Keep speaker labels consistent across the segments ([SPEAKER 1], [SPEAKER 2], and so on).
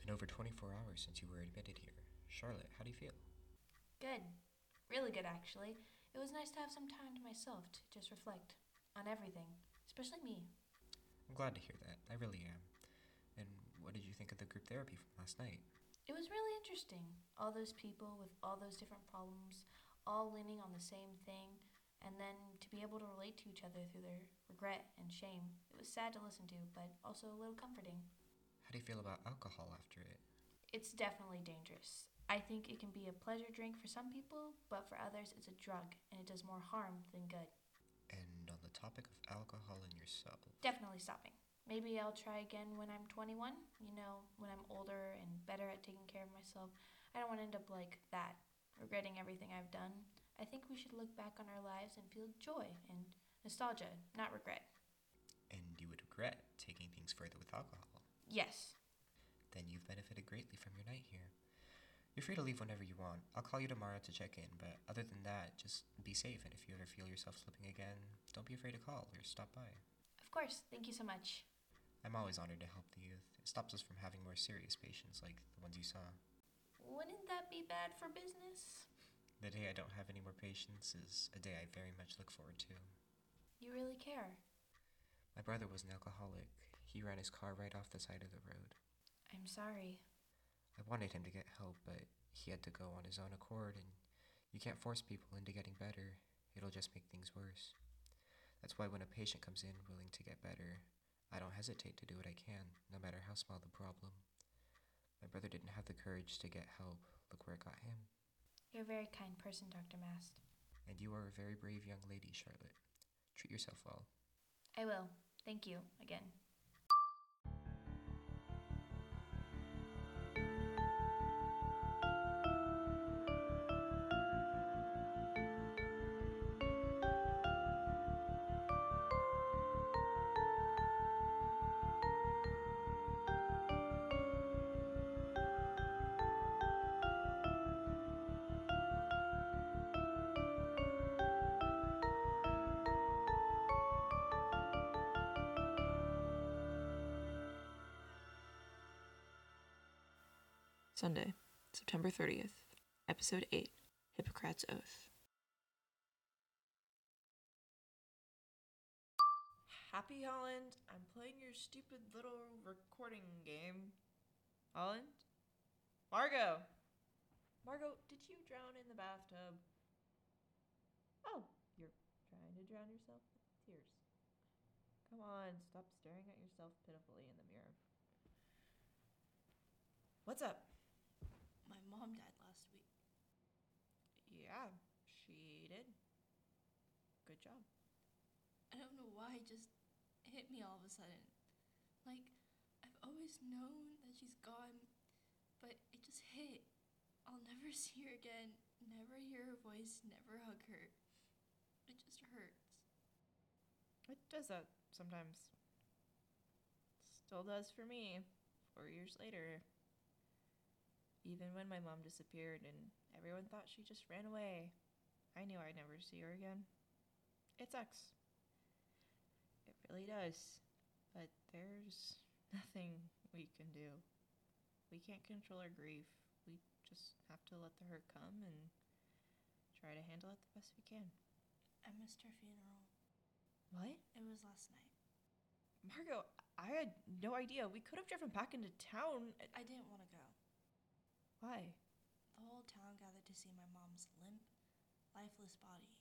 [SPEAKER 1] been over 24 hours since you were admitted here. Charlotte, how do you feel?
[SPEAKER 2] Good. Really good, actually. It was nice to have some time to myself to just reflect on everything, especially me.
[SPEAKER 1] I'm glad to hear that. I really am. And what did you think of the group therapy from last night?
[SPEAKER 2] It was really interesting. All those people with all those different problems, all leaning on the same thing, and then to be able to relate to each other through their regret and shame. It was sad to listen to, but also a little comforting.
[SPEAKER 1] How do you feel about alcohol after it?
[SPEAKER 2] It's definitely dangerous. I think it can be a pleasure drink for some people, but for others, it's a drug, and it does more harm than good.
[SPEAKER 1] And on the topic of alcohol in yourself,
[SPEAKER 2] Definitely stopping. Maybe I'll try again when I'm 21, you know, when I'm older and better at taking care of myself. I don't want to end up like that, regretting everything I've done. I think we should look back on our lives and feel joy and nostalgia, not regret.
[SPEAKER 1] and you would regret taking things further with alcohol,
[SPEAKER 2] Yes.
[SPEAKER 1] then you've benefited greatly from your night here. You're free to leave whenever you want. I'll call you tomorrow to check in, but other than that, just be safe, and if you ever feel yourself slipping again, don't be afraid to call or stop by.
[SPEAKER 2] Of course. Thank you so much.
[SPEAKER 1] I'm always honored to help the youth. It stops us from having more serious patients like the ones you saw.
[SPEAKER 2] Wouldn't that be bad for business?
[SPEAKER 1] The day I don't have any more patients is a day I very much look forward to.
[SPEAKER 2] You really care.
[SPEAKER 1] My brother was an alcoholic. He ran his car right off the side of the road.
[SPEAKER 2] I'm sorry.
[SPEAKER 1] I wanted him to get help, but he had to go on his own accord, and you can't force people into getting better. It'll just make things worse. That's why when a patient comes in willing to get better, I don't hesitate to do what I can, no matter how small the problem. My brother didn't have the courage to get help. Look where it got him.
[SPEAKER 2] You're a very kind person, Dr. Mast.
[SPEAKER 1] And you are a very brave young lady, Charlotte. Treat yourself well.
[SPEAKER 2] I will. Thank you again.
[SPEAKER 3] Sunday, September 30th, Episode 8 Hippocrates' Oath.
[SPEAKER 4] Happy Holland, I'm playing your stupid little recording game. Holland? Margot! Margot, did you drown in the bathtub? Oh, you're trying to drown yourself with tears. Come on, stop staring at yourself pitifully in the mirror. What's up?
[SPEAKER 5] My mom died last week.
[SPEAKER 4] Yeah, she did. Good job.
[SPEAKER 5] I don't know why it just hit me all of a sudden. Like, I've always known that she's gone, but it just hit. I'll never see her again, never hear her voice, never hug her. It just hurts.
[SPEAKER 4] It does that sometimes. Still does for me, four years later. Even when my mom disappeared and everyone thought she just ran away, I knew I'd never see her again. It sucks. It really does. But there's nothing we can do. We can't control our grief. We just have to let the hurt come and try to handle it the best we can.
[SPEAKER 5] I missed her funeral.
[SPEAKER 4] What?
[SPEAKER 5] It was last night.
[SPEAKER 4] Margot, I had no idea. We could have driven back into town.
[SPEAKER 5] I didn't want to go.
[SPEAKER 4] Why?
[SPEAKER 5] The whole town gathered to see my mom's limp, lifeless body.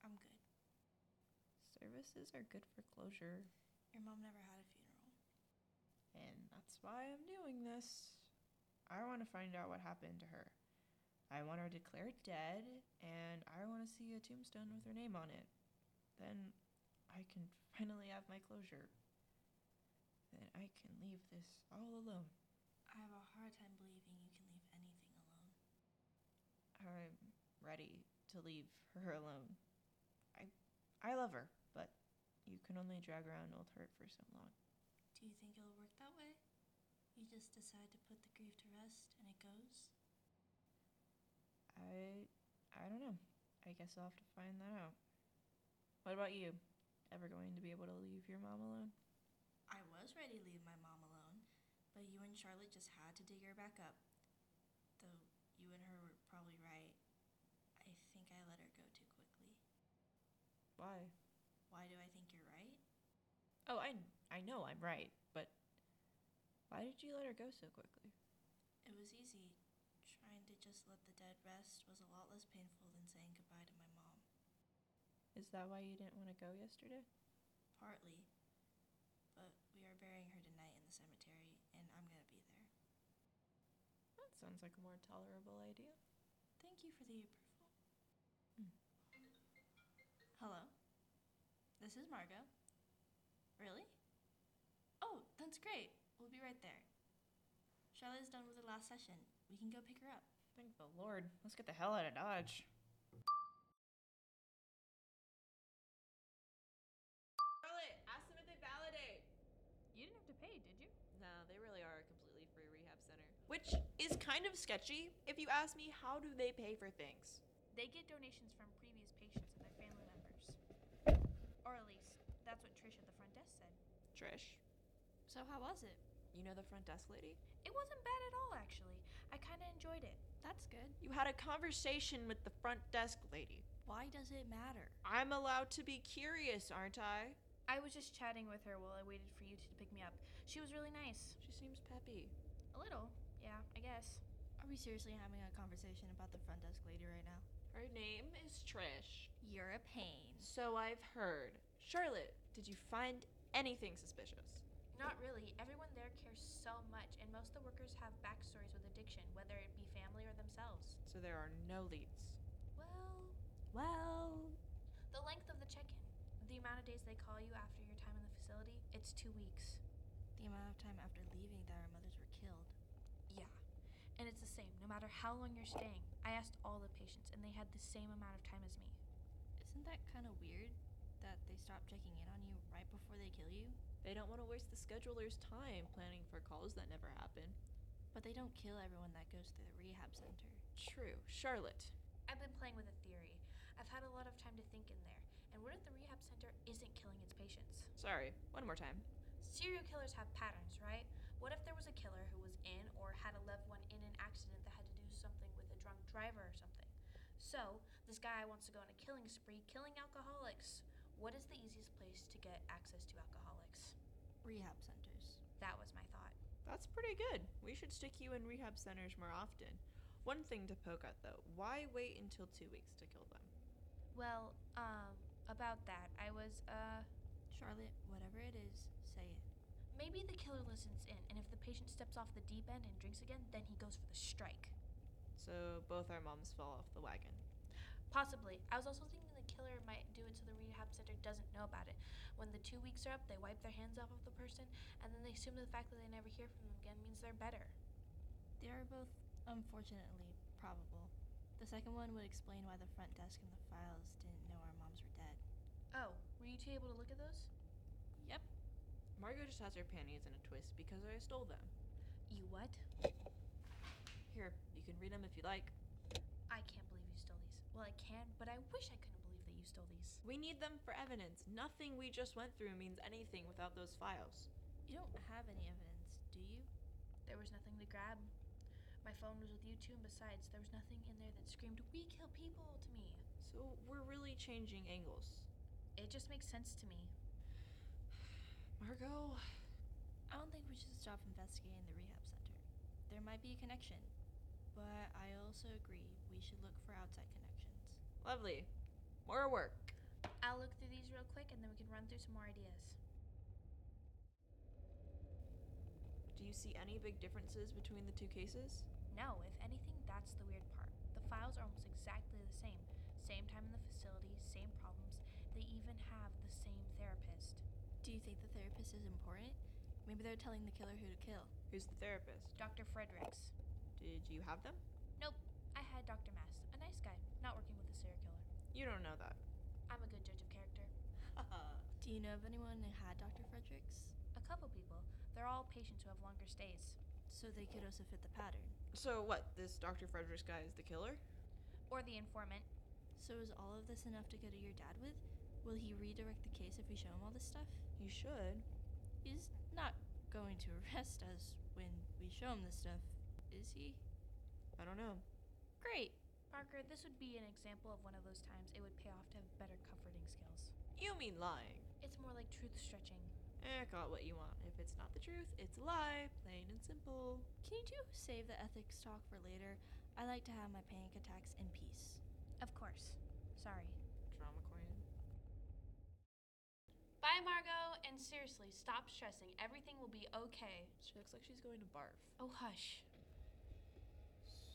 [SPEAKER 5] I'm good.
[SPEAKER 4] Services are good for closure,
[SPEAKER 5] Your mom never had a funeral.
[SPEAKER 4] and that's why I'm doing this. I want to find out what happened to her. I want her declared dead, and I want to see a tombstone with her name on it. Then I can finally have my closure. Then I can leave this all alone.
[SPEAKER 5] I have a hard time believing you can leave anything alone.
[SPEAKER 4] I'm ready to leave her alone. I, I love her, but you can only drag around old hurt for so long.
[SPEAKER 5] Do you think it'll work that way? You just decide to put the grief to rest and it goes?
[SPEAKER 4] I I don't know. I guess I'll have to find that out. What about you? Ever going to be able to leave your mom alone?
[SPEAKER 5] I was ready to leave my mom alone, but you and Charlotte just had to dig her back up. Though you and her were probably right. I think I let her go too quickly.
[SPEAKER 6] Why?
[SPEAKER 5] Why do I think you're right?
[SPEAKER 6] Oh, I I know I'm right, but why did you let her go so quickly?
[SPEAKER 5] It was easy. Trying to just let the dead rest was a lot less painful than saying goodbye to my mom.
[SPEAKER 6] Is that why you didn't want to go yesterday?
[SPEAKER 5] Partly. But we are burying her tonight in the cemetery, and I'm gonna be there.
[SPEAKER 6] That sounds like a more tolerable idea.
[SPEAKER 5] Thank you for the approval. Hmm. Hello? This is Margot. Really? Oh, that's great. We'll be right there. Charlotte is done with her last session. We can go pick her up.
[SPEAKER 6] Thank the Lord. Let's get the hell out of Dodge.
[SPEAKER 7] Charlotte, ask them if they validate.
[SPEAKER 6] You didn't have to pay, did you?
[SPEAKER 7] No, they really are a completely free rehab center. Which is kind of sketchy. If you ask me, how do they pay for things?
[SPEAKER 2] They get donations from previous patients and their family members. Or at least, that's what Trish at the front desk said.
[SPEAKER 4] Trish,
[SPEAKER 5] So, how was it?
[SPEAKER 4] you know the front desk lady?
[SPEAKER 2] It wasn't bad at all, actually. I kinda enjoyed it.
[SPEAKER 5] That's good.
[SPEAKER 4] You had a conversation with the front desk lady.
[SPEAKER 5] Why does it matter?
[SPEAKER 4] I'm allowed to be curious, aren't I?
[SPEAKER 2] I was just chatting with her while I waited for you to pick me up. She was really nice.
[SPEAKER 4] She seems peppy.
[SPEAKER 2] A little, yeah, I guess.
[SPEAKER 5] Are we seriously having a conversation about the front desk lady right now?
[SPEAKER 4] Her name is Trish.
[SPEAKER 5] You're a pain.
[SPEAKER 4] So I've heard. Charlotte, did you find anything suspicious?
[SPEAKER 2] Not really. Everyone there cares so much, and most of the workers have backstories with addiction, whether it be family or themselves.
[SPEAKER 4] So there are no leads.
[SPEAKER 2] Well,
[SPEAKER 4] Well,
[SPEAKER 2] the length of the check in, the amount of days they call you after your time in the facility, it's two weeks.
[SPEAKER 5] The amount of time after leaving that our mothers were killed.
[SPEAKER 2] Yeah. And it's the same, no matter how long you're staying. I asked all the patients, and they had the same amount of time as me.
[SPEAKER 5] Isn't that kind of weird that they stop checking in on you right before they kill you?
[SPEAKER 4] they don't want to waste the scheduler's time planning for calls that never happen.
[SPEAKER 5] But they don't kill everyone that goes through the rehab center.
[SPEAKER 4] True. Charlotte,
[SPEAKER 2] I've been playing with a theory. I've had a lot of time to think in there. And what if the rehab center isn't killing its patients?
[SPEAKER 4] sorry, one more time.
[SPEAKER 2] Serial killers have patterns, right? What if there was a killer who was in or had a loved one in an accident that had to do something with a drunk driver or something? So, this guy wants to go on a killing spree, killing alcoholics. What is the easiest place to get access to alcoholics?
[SPEAKER 5] Rehab centers.
[SPEAKER 2] That was my thought.
[SPEAKER 4] That's pretty good. We should stick you in rehab centers more often. One thing to poke at though why wait until two weeks to kill them?
[SPEAKER 2] Well, um, about that, I was, uh,
[SPEAKER 5] Charlotte, whatever it is, say it.
[SPEAKER 2] maybe the killer listens in, and if the patient steps off the deep end and drinks again, then he goes for the strike.
[SPEAKER 4] So both our moms fall off the wagon.
[SPEAKER 2] Possibly. I was also thinking the killer might do it so the rehab center doesn't know about it. When the two weeks are up, they wipe their hands off of the person, and then they assume the fact that they never hear from them again means they're better.
[SPEAKER 5] They are both, unfortunately, probable. The second one would explain why the front desk and the files didn't know our moms were dead.
[SPEAKER 2] Oh, were you two able to look at those?
[SPEAKER 5] Yep.
[SPEAKER 4] Margot just has her panties in a twist because I stole them.
[SPEAKER 2] You what?
[SPEAKER 4] Here, you can read them if you like.
[SPEAKER 2] I can't believe you stole these. Well, I can, but I wish I couldn't believe that you stole these.
[SPEAKER 4] We need them for evidence. Nothing we just went through means anything without those files.
[SPEAKER 5] You don't have any evidence, do you?
[SPEAKER 2] There was nothing to grab. My phone was with you two, and besides, there was nothing in there that screamed, We kill people to me.
[SPEAKER 4] So we're really changing angles.
[SPEAKER 2] It just makes sense to me.
[SPEAKER 4] Margot,
[SPEAKER 5] I don't think we should stop investigating the rehab center. There might be a connection, but I also agree we should look for outside connections.
[SPEAKER 4] lovely. More work.
[SPEAKER 2] I'll look through these real quick, and then we can run through some more ideas.
[SPEAKER 4] Do you see any big differences between the two cases?
[SPEAKER 2] No, if anything, that's the weird part. The files are almost exactly the same. Same time in the facility, same problems. They even have the same therapist.
[SPEAKER 5] Do you think the therapist is important? Maybe they're telling the killer who to kill.
[SPEAKER 4] Who's the therapist?
[SPEAKER 2] Dr. Fredericks.
[SPEAKER 4] Did you have them?
[SPEAKER 2] I had Dr. Mast, a nice guy, not working with a serial killer.
[SPEAKER 4] You don't know that.
[SPEAKER 2] I'm a good judge of character.
[SPEAKER 5] Do you know of anyone who had Dr. Fredericks?
[SPEAKER 2] A couple people. They're all patients who have longer stays.
[SPEAKER 5] So they could also fit the pattern.
[SPEAKER 4] So what? This Dr. Fredericks guy is the killer?
[SPEAKER 2] Or the informant.
[SPEAKER 5] So is all of this enough to go to your dad with? Will he redirect the case if we show him all this stuff?
[SPEAKER 4] You should.
[SPEAKER 5] He's not going to arrest us when we show him this stuff. Is he?
[SPEAKER 3] I don't know.
[SPEAKER 5] Great.
[SPEAKER 2] Parker, this would be an example of one of those times it would pay off to have better comforting skills.
[SPEAKER 3] You mean lying.
[SPEAKER 2] It's more like truth stretching.
[SPEAKER 3] Eh, call it what you want. If it's not the truth, it's a lie, plain and simple.
[SPEAKER 5] Can you two save the ethics talk for later? I like to have my panic attacks in peace.
[SPEAKER 2] Of course. Sorry.
[SPEAKER 3] Drama queen.
[SPEAKER 2] Bye, Margot, and seriously, stop stressing. Everything will be okay.
[SPEAKER 3] She looks like she's going to barf.
[SPEAKER 2] Oh, hush.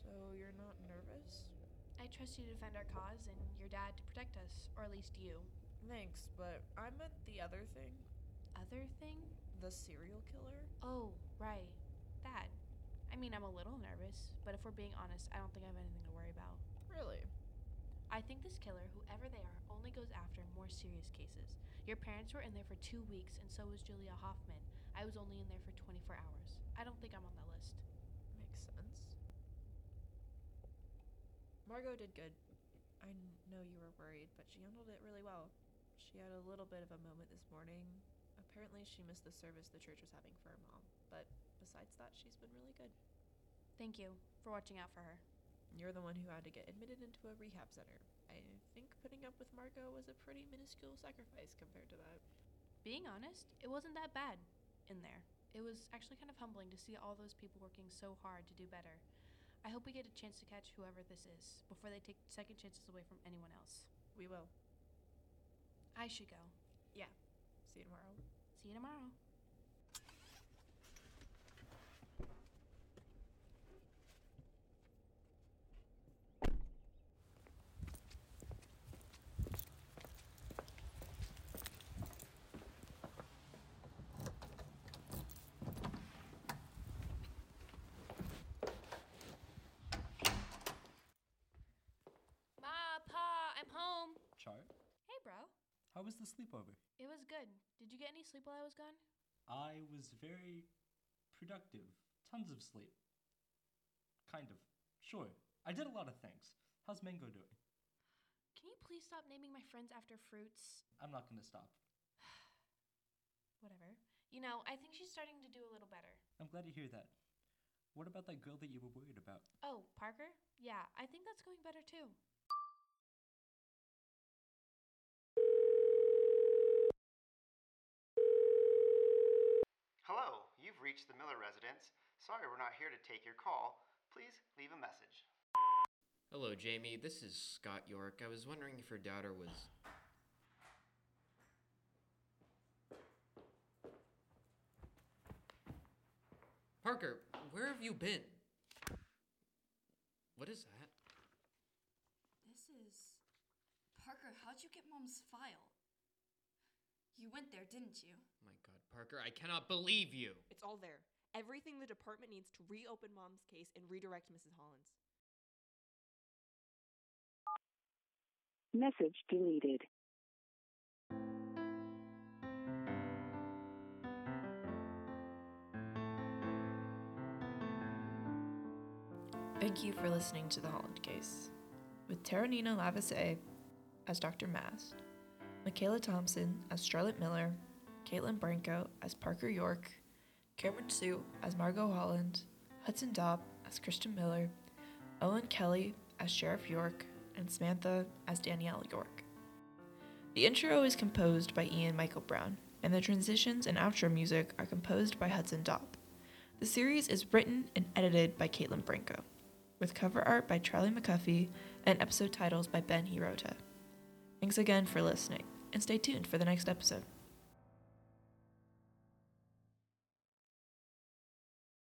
[SPEAKER 3] So you're not nervous?
[SPEAKER 2] I trust you to defend our cause and your dad to protect us, or at least you.
[SPEAKER 4] Thanks, but I meant the other thing
[SPEAKER 2] Other thing?
[SPEAKER 4] the serial killer.
[SPEAKER 2] Oh, right. That. I mean, I'm a little nervous, but if we're being honest, I don't think I have anything to worry about.
[SPEAKER 4] Really?
[SPEAKER 2] I think this killer, whoever they are, only goes after more serious cases. Your parents were in there for two weeks, and so was Julia Hoffman. I was only in there for 24 hours. I don't think I'm on that list.
[SPEAKER 4] Makes sense. Margot did good. I kn- know you were worried, but she handled it really well. She had a little bit of a moment this morning. Apparently, she missed the service the church was having for her mom, but besides that, she's been really good.
[SPEAKER 2] Thank you for watching out for her.
[SPEAKER 4] You're the one who had to get admitted into a rehab center. I think putting up with Margot was a pretty minuscule sacrifice compared to that.
[SPEAKER 2] Being honest, it wasn't that bad in there. It was actually kind of humbling to see all those people working so hard to do better. I hope we get a chance to catch whoever this is before they take second chances away from anyone else.
[SPEAKER 4] We will.
[SPEAKER 2] I should go.
[SPEAKER 4] See you tomorrow.
[SPEAKER 2] See you tomorrow. Ma, Pa, I'm home.
[SPEAKER 8] Char,
[SPEAKER 2] Hey, bro.
[SPEAKER 8] how was the sleepover?
[SPEAKER 2] It was good. Did you get any sleep while I was gone?
[SPEAKER 8] I was very productive. Tons of sleep. Kind of. Sure. I did a lot of things. How's Mango doing?
[SPEAKER 2] Can you please stop naming my friends after fruits?
[SPEAKER 8] I'm not gonna stop.
[SPEAKER 2] Whatever. You know, I think she's starting to do a little better.
[SPEAKER 8] I'm glad to hear that. What about that girl that you were worried about?
[SPEAKER 2] Oh, Parker? Yeah, I think that's going better too.
[SPEAKER 9] Hello, you've reached the Miller residence. Sorry we're not here to take your call. Please leave a message.
[SPEAKER 10] Hello, Jamie. This is Scott York. I was wondering if your daughter was. Parker, where have you been? What is that?
[SPEAKER 5] This is. Parker, how'd you get mom's file? You went there, didn't you?
[SPEAKER 10] My god, Parker, I cannot believe you!
[SPEAKER 11] It's all there. Everything the department needs to reopen mom's case and redirect Mrs. Hollins.
[SPEAKER 12] Message deleted.
[SPEAKER 4] Thank you for listening to The Holland Case with Terranina Lavisse as Dr. Mast, Michaela Thompson as Charlotte Miller, Caitlin Branco as Parker York, Cameron Sue as Margot Holland, Hudson Dobb as Christian Miller, Owen Kelly as Sheriff York, and Samantha as Danielle York. The intro is composed by Ian Michael Brown, and the transitions and outro music are composed by Hudson Dobb. The series is written and edited by Caitlin Branco with cover art by Charlie McCuffey and episode titles by Ben Hirota. Thanks again for listening, and stay tuned for the next episode.